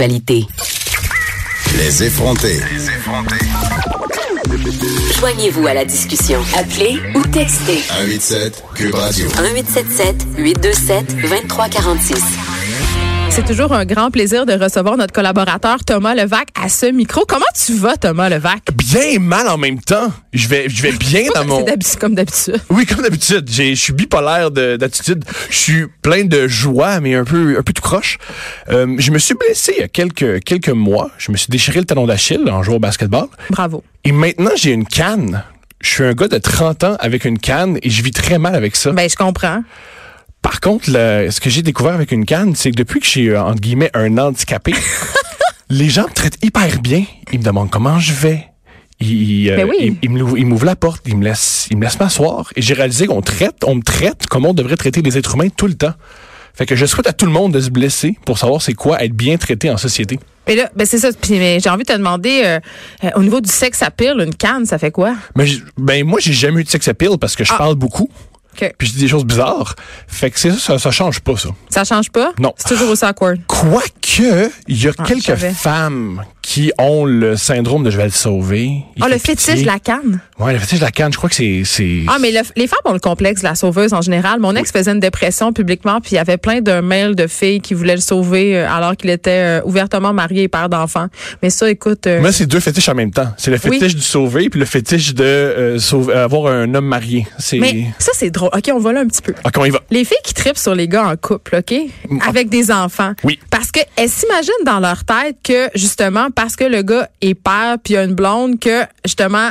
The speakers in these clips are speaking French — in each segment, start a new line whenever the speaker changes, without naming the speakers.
Actualité.
Les effronter.
Joignez-vous à la discussion. Appelez ou textez
187 Cube Radio.
1877 827 2346.
C'est toujours un grand plaisir de recevoir notre collaborateur Thomas Levac à ce micro. Comment tu vas, Thomas Levac?
bien et mal en même temps. Je vais, je vais bien dans mon.
C'est d'habi- comme d'habitude.
Oui, comme d'habitude, j'ai- je suis bipolaire de- d'attitude. Je suis plein de joie, mais un peu, un peu tout croche. Euh, je me suis blessé il y a quelques, quelques mois. Je me suis déchiré le talon d'Achille en jouant au basketball.
Bravo.
Et maintenant, j'ai une canne. Je suis un gars de 30 ans avec une canne et je vis très mal avec ça.
Ben, je comprends.
Par contre, le- ce que j'ai découvert avec une canne, c'est que depuis que j'ai, euh, entre guillemets, un handicapé, les gens me traitent hyper bien. Ils me demandent comment je vais. Ils, ils, euh,
Ben oui.
ils- ils me l'ouvrent- ils m'ouvrent la porte, ils me laissent, ils me laissent m'asseoir. Et j'ai réalisé qu'on traite, on me traite comme on devrait traiter les êtres humains tout le temps. Fait que je souhaite à tout le monde de se blesser pour savoir c'est quoi être bien traité en société.
Mais là, ben c'est ça. Puis, mais j'ai envie de te demander, euh, euh, au niveau du sexe à pile, une canne, ça fait quoi?
Mais j- ben moi, j'ai jamais eu de sex appeal parce que je
Ah.
parle beaucoup.
OK.
Puis je dis des choses bizarres. Fait que c'est ça, ça, ça change pas ça.
Ça change pas?
Non.
C'est toujours aussi awkward.
Quoique, il y a
Ah, je
quelques
savais.
femmes qui ont le syndrome de je vais le sauver. Il
Ah,
fait
le
pitié.
fétiche de la canne.
Ouais, le fétiche de la canne, je crois que c'est. c'est-
Ah, mais le- les femmes ont le complexe de la sauveuse en général. Mon ex faisait une dépression publiquement, puis il y avait plein de mails de filles qui voulaient le sauver euh, alors qu'il était euh, ouvertement marié et père d'enfants. Mais ça, écoute. euh,
Moi, c'est deux fétiches en même temps. C'est le
Oui.
fétiche du sauver puis le fétiche de euh, sauver- euh, avoir un homme marié. C'est.
mais ça, c'est drôle. OK, on va là un petit peu.
Ah, comment il va?
Les filles qui tripent sur les gars en couple, OK? Avec des enfants.
Oui.
Parce que elles s'imaginent dans leur tête que, justement, parce que le gars est père puis il a une blonde, que, justement,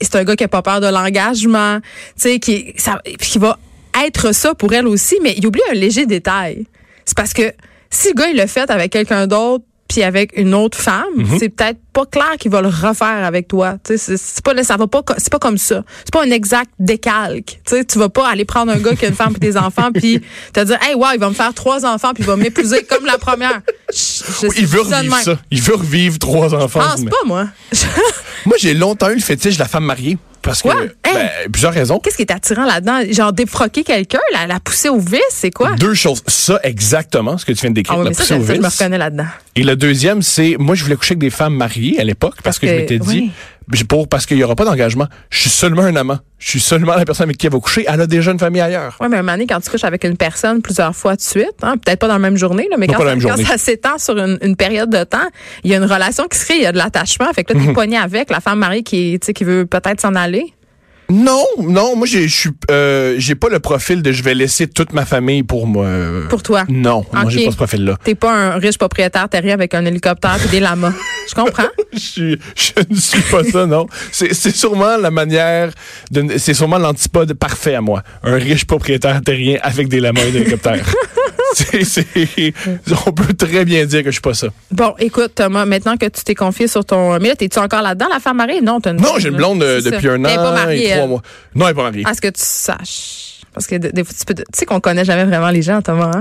c'est un gars qui a pas peur de l'engagement, tu sais, qui, ça- puis qui va être ça pour elle aussi, mais il oublie un léger détail. C'est parce que si le gars, il le fait avec quelqu'un d'autre, puis avec une autre femme,
Mhm.
c'est peut-être pas clair qu'il va le refaire avec toi. Tu sais, c'est- c'est pas ça va pas co- c'est pas comme ça. C'est pas un exact décalque. Tu sais, tu vas pas aller prendre un gars qui a une femme puis des enfants puis te dire hey wow, il va me faire trois enfants puis il va m'épouser comme la première. Je- je-
Oui, il veut
je dis de
revivre
même.
ça. Il veut revivre trois enfants.
Ah, c'est
mais-
pas moi.
Moi, j'ai longtemps eu le fétiche de la femme mariée. Parce
Quoi? Hein?
que. ben,
Hey!
plusieurs raisons.
Qu'est-ce qui est attirant là-dedans Genre défroquer quelqu'un, la, la pousser au vice, c'est quoi
Deux choses. Ça, exactement, ce que tu viens de décrire.
Ah oui,
la
mais ça,
poussée
ça,
au
ça, je me
vice.
reconnais là-dedans.
Et le deuxième, c'est moi, je voulais coucher avec des femmes mariées à l'époque parce, que,
que-
je m'étais dit, j'ai pour, parce qu'il n'y aura pas d'engagement. Je suis seulement un amant. Je suis seulement la personne avec qui elle va coucher. Elle a déjà une famille ailleurs.
Oui, mais un moment donné, quand tu couches avec une personne plusieurs fois de suite, hein, peut-être pas dans la même journée, là, mais
Non,
quand,
pas
ça,
la même
quand
journée.
ça s'étend sur une, une période de temps, il y a une relation qui se crée, il y a de l'attachement. Fait que
Mhm.
là, t'es poigné avec la femme mariée qui, tu sais, qui veut peut-être s'en aller.
Non, non, moi, j'ai- je suis, euh, j'ai pas le profil de je vais laisser toute ma famille pour moi.
Pour toi.
Non, moi,
Ok.
j'ai pas ce profil-là.
T'es pas un riche propriétaire terrien avec un hélicoptère et des lamas. Je comprends.
je, suis- je ne suis pas ça, non. C'est c'est sûrement la manière, de- c'est sûrement l'antipode parfait à moi. Un riche propriétaire terrien avec des lamas et des hélicoptères. C'est- c'est- on peut très bien dire que je suis pas ça.
Bon, écoute, Thomas, maintenant que tu t'es confié sur ton. Mais là, t'es-tu encore là-dedans, la femme mariée? Non, t'as une
Non, j'ai une blonde euh,
Mm-hmm. C'est
depuis
ça.
un
Elle est pas
an
mariée,
et trois
elle. Ah.
mois. Non, elle n'est pas mariée.
À ce que tu saches. Parce que des des fois, tu peux. Tu sais qu'on connaît jamais vraiment les gens, Thomas, hein?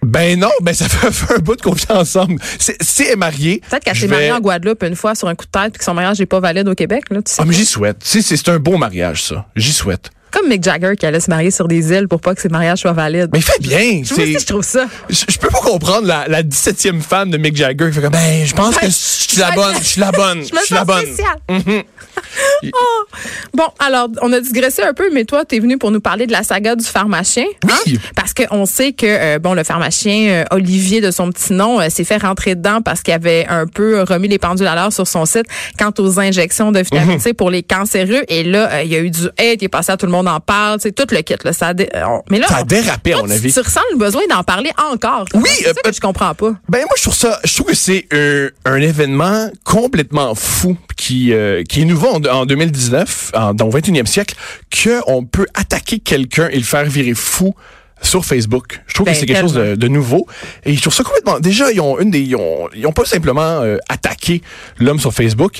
Ben non, ben ça fait fait un bout de confiance ensemble. C'est- Si elle est mariée.
Peut-être qu'elle
je
s'est mariée
vais-
en Guadeloupe une fois sur un coup de tête puis que son mariage n'est pas valide au Québec. Là, tu sais.
Ah, mais j'y souhaite. Tu sais, c'est c'est un beau mariage, ça. J'y souhaite.
Comme Mick Jagger qui allait se marier sur des îles pour pas que ses mariages soient valides.
Mais il fait bien.
je, sais,
c'est-
je trouve ça.
Je je peux pas comprendre la, la 17e femme de Mick Jagger qui fait comme, ben, je pense que je suis la bonne, je suis la bonne,
Je me
je suis la
sens
bonne. Mhm.
spéciale. Oh. Bon, alors, on a digressé un peu, mais toi, t'es venu pour nous parler de la saga du pharmacien. hein?
Oui.
Parce qu'on sait que, euh, bon, le pharmacien euh, Olivier, de son petit nom, euh, s'est fait rentrer dedans parce qu'il avait un peu euh, remis les pendules à l'heure sur son site quant aux injections de
Mhm.
vitamine C pour les cancéreux. Et là, euh, il y a eu du hate, il est passé à tout le monde en parle, c'est tout le kit. Là, ça a dé- euh, on- mais là,
Ça a
on-
dérapé, à
toi,
mon
tu-
avis.
Tu ressens le besoin d'en parler encore. toi.
Oui,
C'est
euh,
ça que je comprends pas.
Ben moi je trouve ça, je trouve que c'est un, un événement complètement fou qui euh, qui est nouveau en, en 2019, en, dans le 21e siècle, que on peut attaquer quelqu'un et le faire virer fou sur Facebook. Je trouve
Ben,
que c'est quelque chose de,
tellement.
de nouveau. Et je trouve ça complètement. Déjà, ils ont une des. Ils ont, ils ont pas simplement euh, attaqué l'homme sur Facebook.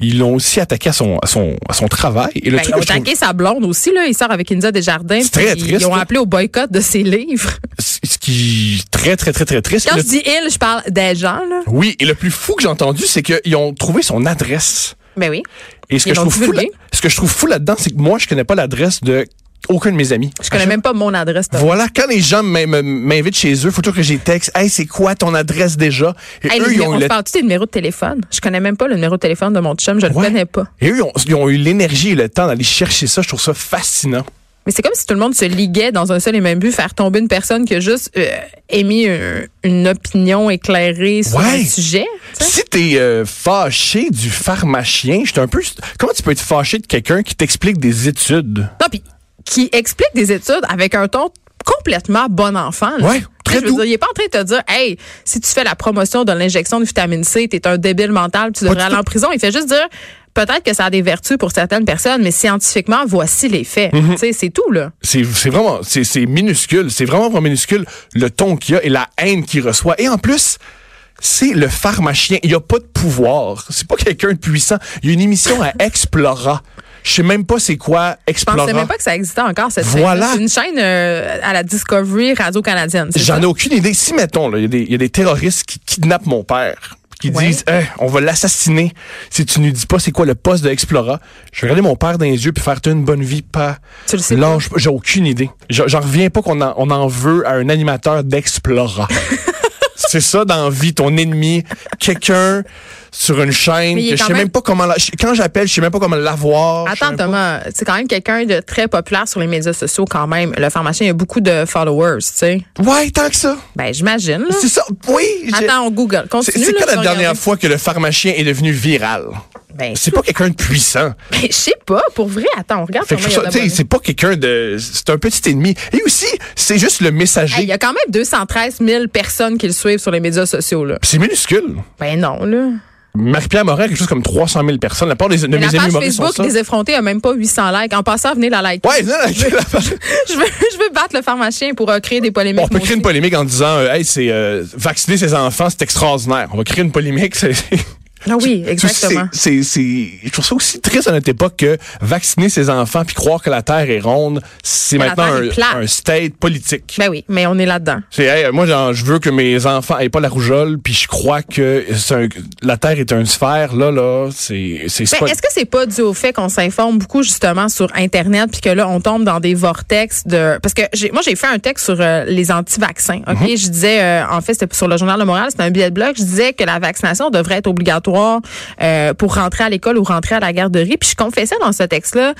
Ils l'ont aussi attaqué à son, à son, à son travail. Et le
Ben,
truc
ils ont
que je trouve-
attaqué sa blonde aussi, là. Il sort avec Inza Desjardins.
C'est très
puis
triste,
Ils ont
là.
appelé au boycott de ses livres.
ce qui est très, très, très, très triste.
Quand
Le-
je dis il, je parle des gens, là.
Oui, et le plus fou que j'ai entendu, c'est qu'ils ont trouvé son adresse.
Ben oui.
Et ce
Ils
que, je
l'ont
trouve fou, là,
divulgué.
ce que je trouve fou là-dedans, c'est que moi, je connais pas l'adresse de aucun de mes amis.
Je connais même pas mon adresse. toi.
Voilà, quand les gens m'in- m'in- m'invitent chez eux, faut toujours que j'ai texte. Hey, c'est quoi ton adresse déjà? Et
Hey, les
eux, ils
numéros-
ont
on
eu
se
le-
parle tous des numéros de téléphone. Je connais même pas le numéro de téléphone de mon chum. Je le
Ouais.
connais pas.
Et eux, ils ont, ils ont eu l'énergie et le temps d'aller chercher ça. Je trouve ça fascinant.
Mais c'est comme si tout le monde se liguait dans un seul et même but, faire tomber une personne qui a juste euh, émis un- une opinion éclairée sur
Ouais.
un sujet. tu sais.
Si t'es euh, fâché du pharmacien, j'étais un peu. Comment tu peux être fâché de quelqu'un qui t'explique des études?
Non, puis qui explique des études avec un ton complètement bon enfant. là.
Ouais,
Tu sais,
très
je veux
doux.
dire, il est pas en train de te dire, hey, si tu fais la promotion de l'injection de vitamine C, t'es un débile mental, tu devrais
du
aller
tout.
en prison. Il fait juste dire, peut-être que ça a des vertus pour certaines personnes, mais scientifiquement, voici les faits.
Mhm.
Tu sais, c'est tout là.
C'est c'est vraiment, c'est c'est minuscule. C'est vraiment, vraiment minuscule le ton qu'il y a et la haine qu'il reçoit. Et en plus, c'est le pharmacien. Il n'y a pas de pouvoir. C'est pas quelqu'un de puissant. Il y a une émission à Explora. Je sais même pas c'est quoi
Je
Explora.
pensais même pas que ça existait encore cette
Voilà.
chaîne. C'est une chaîne euh, à la Discovery Radio canadienne. c'est
J'en
ça?
ai aucune idée. Si, mettons, là, il y a des- il y, a des terroristes qui kidnappent mon père, qui
Ouais.
disent Eh, on va l'assassiner si tu ne dis pas c'est quoi le poste de Explora. Je vais regarder mon père dans les yeux puis faire T'as une bonne vie, pas.
Tu le sais
Lâche pas. J'ai aucune idée. J'en j'en reviens pas qu'on en, on en veut à un animateur d'Explora. c'est ça dans la vie, ton ennemi, quelqu'un sur une chaîne
Mais il est
que je
quand
sais même...
même-
pas comment la- quand j'appelle, je sais même pas comment l'avoir. Je sais
Attends,
même pas-
Thomas, c'est quand même quelqu'un de très populaire sur les médias sociaux quand même. Le pharmacien, il a beaucoup de followers, tu sais.
Ouais, tant que ça.
Ben, j'imagine. là.
C'est ça. Oui. j'ai-
Attends, on Google.
C'est
Continue.
c'est
là,
quand
tu
la
vas
dernière
regarder.
fois que le pharmacien est devenu viral?
Ben,
C'est pas quelqu'un de puissant.
ben, je sais pas, pour vrai. Attends, on regarde
Fait que
combien
je
il y a
trouve ça- tu sais,
d'abonnés.
c'est pas quelqu'un de. C'est un petit ennemi. Et aussi, c'est juste le
Hey, Il
messager.
y a quand même 213 000 personnes qui le suivent sur les médias sociaux, là.
Puis c'est minuscule.
Ben non, là.
Marie-Pierre Morin a quelque chose comme 300 000 personnes. La part des, de
Mais
mes
la
amis
page
humoristes sont
Facebook
ça.
des effrontés a même pas 800 likes. En passant, venez la liker.
Ouais, non, la- la page-
Je, veux, je veux battre le pharmacien pour euh, créer des polémiques.
on peut
moi
créer une
aussi.
polémique en disant euh, Hey, c'est euh, vacciner ses enfants, c'est extraordinaire. On va créer une polémique. c'est-
Ah oui,
Tu sais, c'est-
exactement.
C'est, c'est, je trouve ça aussi triste à notre époque que vacciner ses enfants puis croire que la Terre est ronde, c'est
Mais la
maintenant
Terre est plate.
un, un state politique.
Ben oui, mais on est là-dedans.
C'est hey, moi genre, je veux que mes enfants aient pas la rougeole puis je crois que c'est un- la terre est une sphère là là, c'est c'est c'est
Ben,
pas-
Est-ce que c'est pas dû au fait qu'on s'informe beaucoup justement sur Internet puis que là on tombe dans des vortex de parce que j'ai- moi j'ai fait un texte sur euh, les anti-vaccins. Ok,
Mhm.
je disais euh, en fait c'était sur le journal de Montréal, c'était un billet de blog. Je disais que la vaccination devrait être obligatoire euh, pour rentrer à l'école ou rentrer à la garderie. Puis je confessais dans ce texte-là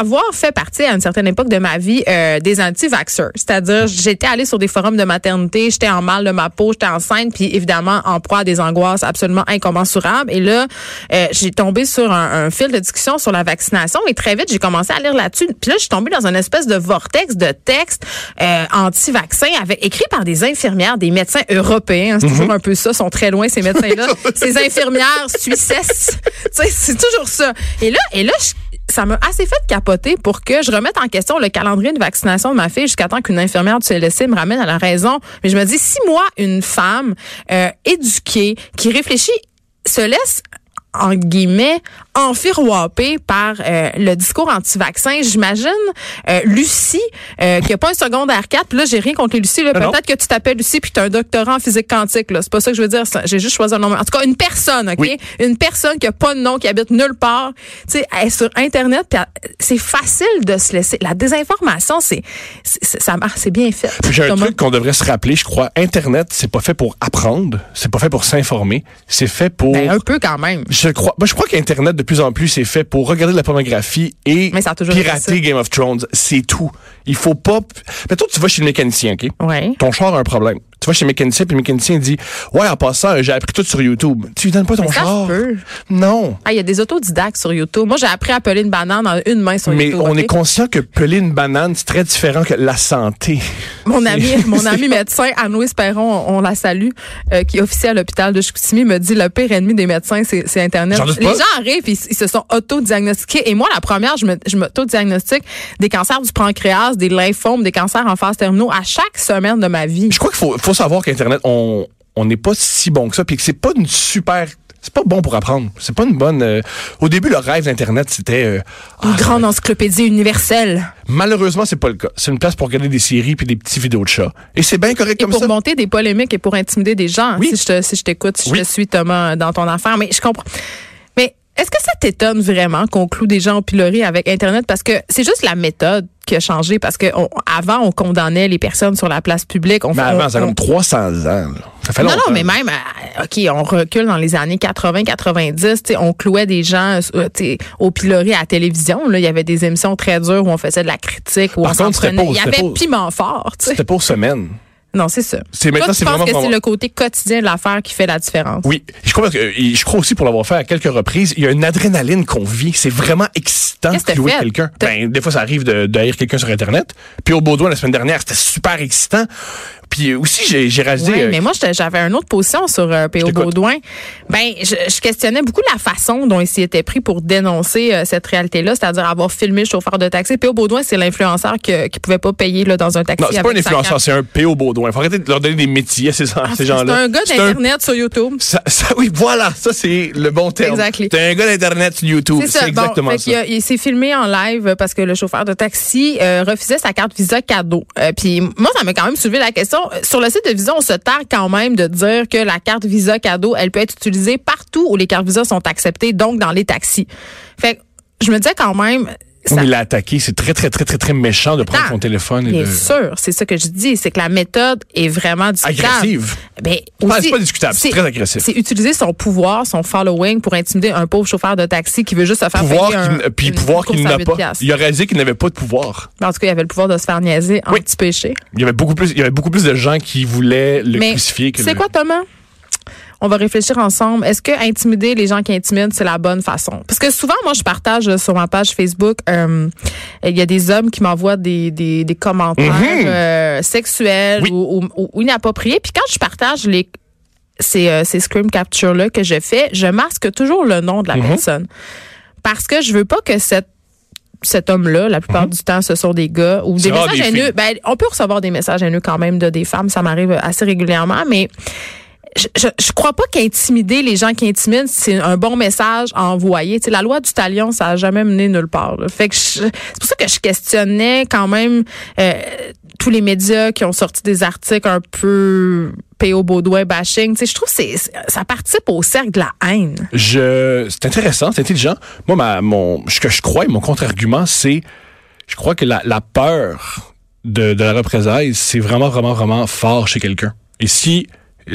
avoir fait partie à une certaine époque de ma vie euh, des anti-vaxxers.
Mhm.
C'est-à-dire j'étais allée sur des forums de maternité, j'étais en mal de ma peau, j'étais enceinte puis évidemment en proie à des angoisses absolument incommensurables. Et là, euh, j'ai tombé sur un, un fil de discussion sur la vaccination et très vite, j'ai commencé à lire là-dessus. Puis là, je suis tombée dans un espèce de vortex de textes euh, anti-vaccins avec écrit par des infirmières, des médecins européens. Hein, C'est toujours un peu ça, sont très loin ces médecins-là. ces infirmières suissesses. Tu sais, c'est toujours ça. Et là, et là, je- ça m'a assez fait capoter pour que je remette en question le calendrier de vaccination de ma fille jusqu'à temps qu'une infirmière du CLSC me ramène à la raison. Mais je me dis, si moi, une femme euh, éduquée qui réfléchit, se laisse en guillemets, enfiroipée par euh, le discours anti-vaccin. J'imagine euh, Lucie, euh, qui a pas un secondaire 4, puis là, j'ai rien contre les Lucie. là.
Non, non.
Peut-être que tu t'appelles Lucie puis tu as un doctorat en physique quantique. là. C'est pas ça que je veux dire. ça. J'ai juste choisi un nom. En tout cas, une personne, OK?
Oui.
Une personne qui a pas de nom, qui habite nulle part. Tu sais, elle est sur Internet, puis elle- c'est facile de se laisser. La désinformation, c'est c'est- ça marche, c'est bien fait.
Puis j'ai un
Thomas.
truc qu'on devrait se rappeler, je crois, internet, c'est pas fait pour apprendre, c'est pas fait pour s'informer, c'est fait pour
Ben, un peu quand même.
je crois moi, je crois qu'internet de plus en plus c'est fait pour regarder de la pornographie et
Mais ça a toujours été ça.
pirater Game of Thrones, c'est tout. Il faut pas Mais toi tu vas chez le mécanicien, OK
Ouais.
Ton char a un problème. Tu vas chez le mécanicien, puis le mécanicien dit Ouais, en passant, j'ai appris tout sur YouTube. Tu lui donnes pas ton
Mais ça se
char.
peut.
Non.
Ah, il y a des autodidactes sur YouTube. Moi, j'ai appris à peler une banane en une main sur
Mais
YouTube.
on
ok?
est conscient que peler une banane, c'est très différent que la santé.
Mon ami,
C'est-
mon
c'est-
ami médecin, Anne-Louise Perron, on, on la salue, euh, qui est officier à l'hôpital de Chicoutimi, me dit le pire ennemi des médecins, c'est c'est Internet.
J'en doute
Les
pas.
gens arrivent, ils, ils se sont auto-diagnostiqués. Et moi, la première, je me- je m'auto-diagnostique des cancers du pancréas, passe, des lymphomes, des cancers en phase terminaux à chaque semaine de ma vie.
Je crois qu'il faut, faut savoir qu'Internet, on on n'est pas si bon que ça, puis que c'est pas une super... C'est pas bon pour apprendre. C'est pas une bonne... euh, Au début, le rêve d'Internet, c'était... euh,
Une
ah,
grande encyclopédie universelle.
Malheureusement, c'est pas le cas. C'est une place pour regarder des séries puis des petites vidéos de chats. Et c'est bien correct
Et
comme
pour
ça.
monter des polémiques et pour intimider des gens,
Oui.
si je te- si je t'écoute, si,
Oui.
je te suis, Thomas, dans ton affaire. Mais je comprends. Mais est-ce que ça t'étonne vraiment qu'on cloue des gens au pilori avec Internet? Parce que c'est juste la méthode qui a changé. Parce que on- avant, on condamnait les personnes sur la place publique. On,
Mais
on-
avant, ça a
on-
comme 300 ans. là. Ça fait
non,
longtemps.
non, mais même, euh, OK, on recule dans les années 80-90, on clouait des gens euh, tu sais, au pilori à la télévision. Là. Il y avait des émissions très dures où on faisait de la critique, où
Par
on
contre, c'était
s'entraînait.
pas-
Il y
c'était
avait
pas-
piment fort. tu sais.
C'était pour semaine.
Non, c'est ça.
C'est maintenant,
Toi, tu
c'est
penses
vraiment
que
pour
c'est
avoir-
le côté quotidien de l'affaire qui fait la différence.
Oui, je crois, que, euh, je crois aussi pour l'avoir fait à quelques reprises, il y a une adrénaline qu'on vit. C'est vraiment excitant
Qu'est-ce
de
que
jouer
t'as fait?
quelqu'un.
T'as-
Ben, des fois, ça arrive de d'haïr quelqu'un sur Internet. Puis au Baudouin, la semaine dernière, c'était super excitant. Puis euh, aussi, j'ai- j'ai réalisé...
Ouais,
euh,
mais moi, j'étais- j'avais une autre position sur euh, P.O.
t'écoute.
Baudouin. Ben, je, je questionnais beaucoup la façon dont il s'y était pris pour dénoncer euh, cette réalité-là, c'est-à-dire avoir filmé le chauffeur de taxi. P.O. Baudouin, c'est l'influenceur que- qui pouvait pas payer là, dans un taxi.
non, c'est pas un
avec sa
influenceur,
carte.
c'est un P.O. Baudouin. Faut arrêter de leur donner des métiers à ces, à
Ah,
ces
C'est
gens-là.
un gars
C'est un-
d'Internet sur YouTube.
Ça, ça- oui, voilà, ça c'est le bon terme.
Exactly.
T'es un gars d'Internet sur YouTube.
C'est ça.
C'est exactement
bon, fait
ça.
qu'il a- il s'est filmé en live parce que le chauffeur de taxi euh, refusait sa carte Visa cadeau. Euh, Puis moi, ça m'a quand même soulevé la question. Euh, Sur le site de Visa, on se targue quand même de dire que la carte Visa cadeau, elle peut être utilisée partout où les cartes Visa sont acceptées, donc dans les taxis. Fait que je me disais quand même.
Oui,
ça-
mais il a attaqué. C'est très, très, très, très, très méchant de prendre
euh, Attends.
son téléphone et
Bien
de.
sûr, c'est ça que je dis, c'est que la méthode est vraiment discutable.
Agressive.
Ben,
Ah,
aussi,
c'est pas discutable, c'est très agressif.
C'est utiliser son pouvoir, son following pour intimider un pauvre chauffeur de taxi qui veut juste se faire
Pouvoir
payer un,
qu'il, puis
une
pouvoir qu'il
course à
n'a
huit
pas.
piastres.
Il a réalisé qu'il n'avait pas de pouvoir.
Mais En tout cas, il avait le pouvoir de se faire niaiser en
Oui.
petit péché.
Il y avait beaucoup plus, il y avait beaucoup plus de gens qui voulaient le
Mais
crucifier que
tu sais
le-
quoi, Thomas? On va réfléchir ensemble. Est-ce que intimider les gens qui intimident, c'est la bonne façon? Parce que souvent, moi, je partage euh, sur ma page Facebook, euh, il y a des hommes qui m'envoient des, des, des commentaires euh, sexuels
Mhm. Oui.
ou, ou- ou inappropriés. Puis quand je partage les, ces, euh, ces scream captures-là que je fais, je masque toujours le nom de
Mhm.
la personne. Parce que je veux pas que cette cet homme-là, la plupart du temps, ce sont des gars ou
Mhm. C'est
des
rare
messages
des filles.
haineux. Ben, on peut recevoir des messages haineux quand même de des femmes, ça m'arrive assez régulièrement, mais je, je, je crois pas qu'intimider les gens qui intimident, c'est un bon message à envoyer. Tu sais, la loi du talion, ça a jamais mené nulle part. là. Fait que je- c'est pour ça que je questionnais quand même euh, tous les médias qui ont sorti des articles un peu P.O. Baudouin bashing. Tu sais, je trouve que c'est- c'est- ça participe au cercle de la haine.
Je, c'est intéressant, c'est intelligent. Moi, ma, mon, ce que je crois et mon contre-argument, c'est, je crois que la, la peur de, de la représailles, c'est vraiment, vraiment, vraiment fort chez quelqu'un. Et si,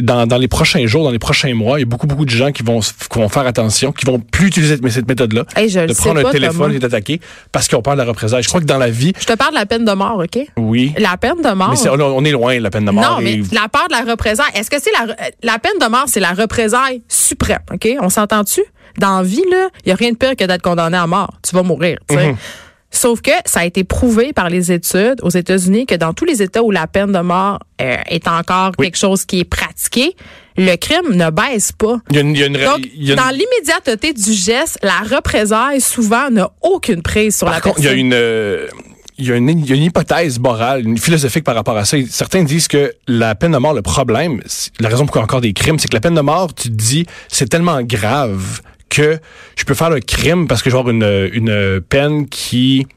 dans, dans les prochains jours, dans les prochains mois, il y a beaucoup, beaucoup de gens qui vont, s- qui vont faire attention, qui vont plus utiliser cette, cette méthode-là,
Hey, je le
de
sais
prendre
pas,
un téléphone
Thomas.
et d'attaquer parce qu'on peur de la représailles. Je crois que dans la vie,
Je te parle de la peine de mort, OK?
oui.
La peine de mort.
mais c'est- on, on est loin de la peine de mort.
Non, mais
et-
la peur de la représailles, est-ce que c'est la, la peine de mort, c'est la représailles suprême, OK? On s'entend-tu? Dans la vie, là, il n'y a rien de pire que d'être condamné à mort. Tu vas mourir, tu
Mhm.
sais. Sauf que ça a été prouvé par les études aux États-Unis que dans tous les États où la peine de mort euh, est encore quelque chose qui est pratiqué, le crime ne baisse pas.
il y a une, il y a une-
Donc,
il y a une-
dans l'immédiateté du geste, la représailles souvent n'a aucune prise sur la
Par contre, il y a
personne.
une euh, il y, a une, il y a une hypothèse morale, une philosophique par rapport à ça. Certains disent que la peine de mort, le problème, c'est- la raison pour qu'il y a encore des crimes, c'est que la peine de mort, tu te dis, c'est tellement grave que je peux faire le crime parce que je vais avoir une, une peine qui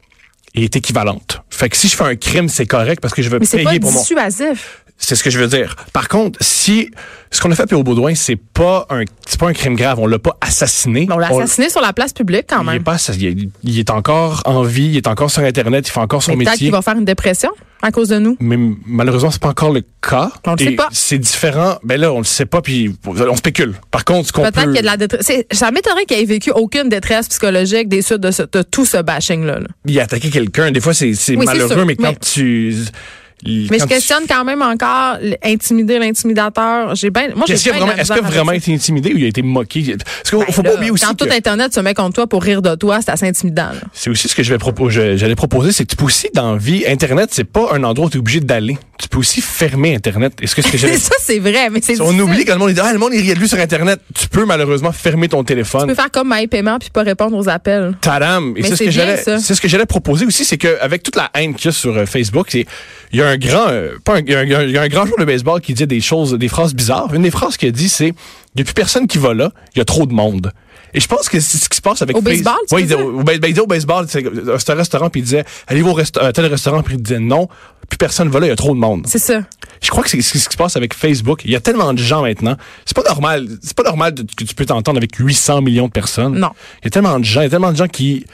est équivalente. Fait que si je fais un crime, c'est correct parce que je vais
Mais c'est pas
payer pour mon...
dissuasif.
C'est ce que je veux dire. Par contre, si ce qu'on a fait à P.O. Baudouin, c'est pas un c'est pas un crime grave, on l'a pas assassiné.
On l'a
On-
assassiné sur la place publique quand
il est,
même.
pas, ça- il, est, il est encore en vie, il est encore sur Internet, il fait encore son
Mais Peut-être
métier.
qu'il va faire une dépression à cause de nous.
Mais m- malheureusement, c'est pas encore le cas.
On le
Et
sait pas.
C'est différent. Ben là, on le sait pas, puis on spécule. Par contre, ce qu'on peut...
Peut-être qu'il y a de la détresse. C'est- Ça m'étonnerait qu'il ait vécu aucune détresse psychologique des suites de, ce- de tout ce bashing-là. là.
Il a attaqué quelqu'un. Des fois, c'est c'est
Oui, c'est
malheureux,
sûr,
mais quand
mais-
tu...
Mais je questionne quand même encore l- intimider l'intimidateur. J'ai bien. Moi, j'ai
Est-ce qu'il a
bien
vraiment,
de la
est-ce qu'il a
misère
vraiment
avec ça.
été intimidé ou il a été moqué? Parce qu'il faut
Ben
pas
là,
oublier aussi
Quand
que...
tout Internet se met contre toi pour rire de toi, c'est assez intimidant. là.
C'est aussi ce que je vais propo- je- j'allais proposer, c'est que tu peux aussi dans la vie, Internet, c'est pas un endroit où tu es obligé d'aller. tu peux aussi fermer Internet. Est-ce que c'est
Mais
jamais-
ça, c'est vrai, mais c'est
On
difficile.
oublie quand le monde dit Ah, le monde, il riait de lui sur Internet. Tu peux malheureusement fermer ton
Tu
téléphone.
peux faire comme My Paiement puis pas répondre aux appels.
Tadam!
Mais
Et c'est ce
c'est
que
bien,
j'allais,
ça.
c'est ce que j'allais proposer aussi, c'est qu'avec toute la haine qu'il y a sur euh, Facebook, c'est- il y a un grand, euh, pas un- il y a un- il y a un- il y a un grand joueur de baseball qui dit des choses, des phrases bizarres. Une des phrases qu'il a dit, c'est, il n'y a plus personne qui va là, il y a trop de monde. Et je pense que c'est ce qui se passe avec
Au
Face-
baseball, tu
Ouais,
veux
il, dit,
dire?
au, ben, ben, il dit au baseball, c'est un restaurant, puis il disait, allez-vous au resta- à tel restaurant, puis il disait non, plus personne va là, il y a trop de monde.
C'est ça.
Je crois que c'est c'est ce qui se passe avec Facebook. Il y a tellement de gens maintenant. C'est pas normal. C'est pas normal de- que tu peux t'entendre avec 800 millions de personnes.
Non.
Il y a tellement de gens. Il y a tellement de gens qui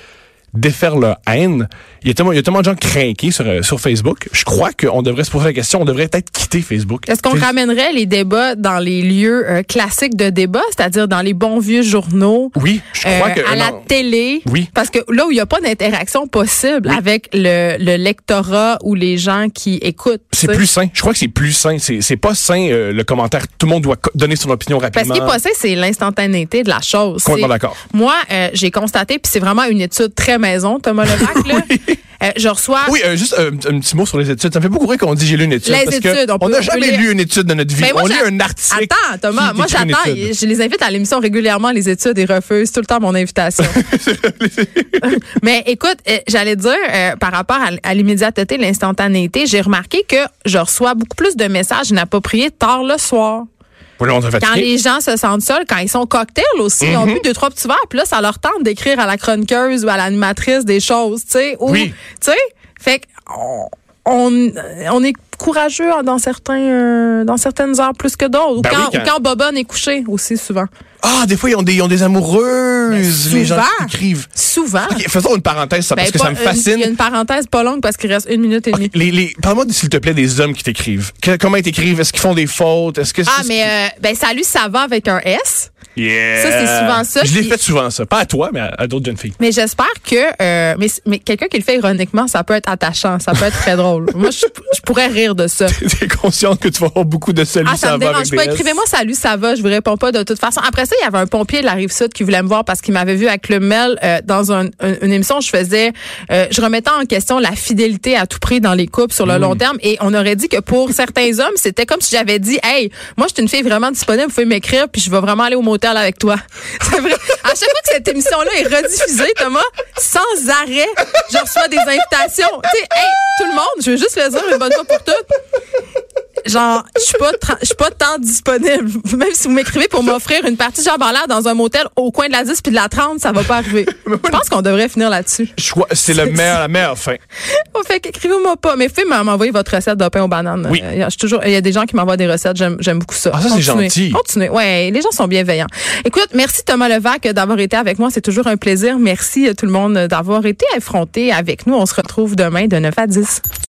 défèrent leur haine. Il y a tellement, il y a tellement de gens craqués sur, euh, sur Facebook. Je crois qu'on devrait se poser la question. On devrait peut-être quitter Facebook.
Est-ce qu'on
Fais-
ramènerait les débats dans les lieux euh, classiques de débat, c'est-à-dire dans les bons vieux journaux?
Oui, je crois
euh,
que.
à la
non.
télé.
Oui.
Parce que là où il n'y a pas d'interaction possible avec le, le lectorat ou les gens qui écoutent.
C'est
tu sais.
plus sain. Je crois que c'est plus sain. C'est c'est pas sain euh, le commentaire. Tout le monde doit co- donner son opinion
Parce
rapidement.
qu'il est passé, c'est l'instantanéité de la chose.
Complètement
C'est-
d'accord.
Moi, euh, j'ai constaté, puis c'est vraiment une étude très maison, Thomas Levac, là. Euh, je reçois.
Oui, euh, juste euh, un, un petit mot sur les études. Ça me fait beaucoup rire qu'on dit j'ai lu une étude.
Les
parce
études,
que
on peut- on
n'a
peut
jamais
lire.
lu une étude de notre vie.
Mais moi,
on lit
j'a-
un article.
Attends, Thomas,
qui
moi
décrit une
j'attends,
étude.
je les invite à l'émission régulièrement, les études, et refusent tout le temps mon invitation. Mais écoute, euh, j'allais dire, euh, par rapport à, l- à l'immédiateté, l'instantanéité, j'ai remarqué que je reçois beaucoup plus de messages inappropriés tard le soir.
Oui, on s'est
Quand
fatigué.
les gens se sentent seuls, quand ils sont cocktails aussi, ils ont
Mm-hmm.
bu deux, trois petits verres, puis là, ça leur tente d'écrire à la chroniqueuse ou à l'animatrice des choses, tu sais. Ou,
Oui.
Tu sais, fait qu'on on, on est courageux hein, dans certains euh, dans certaines heures plus que d'autres. Ou,
Ben oui,
quand,
quand-
ou quand Bobonne est couché aussi souvent.
Ah, des fois, ils ont des, ils ont des amoureuses, les gens qui
souvent.
écrivent.
Souvent.
Ok, faisons une parenthèse, ça,
Ben,
parce que
pas
ça me
une- Il y a une
fascine.
parenthèse pas longue parce qu'il reste une minute et demie.
Les, les, Parle-moi, s'il te plaît, des hommes qui t'écrivent. Que- Comment ils t'écrivent? Est-ce qu'ils font des fautes? Est-ce que
Ah,
est-ce
mais
que-
euh, ben salut, ça va avec un S.
Yeah.
ça, c'est souvent ça,
Je l'ai
puis-
fait souvent, ça. Pas à toi, mais à, à d'autres jeunes filles.
Mais j'espère que euh, mais, mais quelqu'un qui le fait ironiquement, ça peut être attachant, ça peut être très drôle. Moi, je, je pourrais rire de ça.
T'es consciente que tu vas avoir beaucoup de saluts,
Ah, ça, me
va
dérange
avec
pas.
des S.
Écrivez-moi salut, ça va, je vous réponds pas de toute façon. Après ça, il y avait un pompier de la rive sud qui voulait me voir parce qu'il m'avait vu à Club Mel euh, dans un- un- une émission. Je faisais, euh, je remettais en question la fidélité à tout prix dans les couples sur le long terme. Et on aurait dit que pour certains hommes, c'était comme si j'avais dit, hey, moi, je suis une fille vraiment disponible, vous pouvez m'écrire, puis je vais vraiment aller au motel avec toi. C'est vrai. À chaque fois que cette émission-là est rediffusée, Thomas, sans arrêt, je reçois des invitations. Tu sais, hey, tout le monde, je veux juste le dire une bonne fois pour toutes genre je suis pas tra- je suis pas tant disponible même si vous m'écrivez pour m'offrir une partie de jambon l'air dans un motel au coin de la 10 puis de la 30 ça va pas arriver je pense qu'on devrait finir là-dessus
Je crois- C'est le meilleur, la meilleure fin.
Au fait qu'écrivez-moi pas mais faites m'envoyer votre recette de pain aux bananes
Oui.
Euh, il y a- je suis toujours il y a des gens qui m'envoient des recettes j'aime j'aime beaucoup ça
Ah, ça, c'est
Continuez.
gentil.
continuez ouais les gens sont bienveillants écoute merci Thomas Levac euh, d'avoir été avec moi c'est toujours un plaisir merci euh, tout le monde euh, d'avoir été affronté avec nous on se retrouve demain de 9 à 10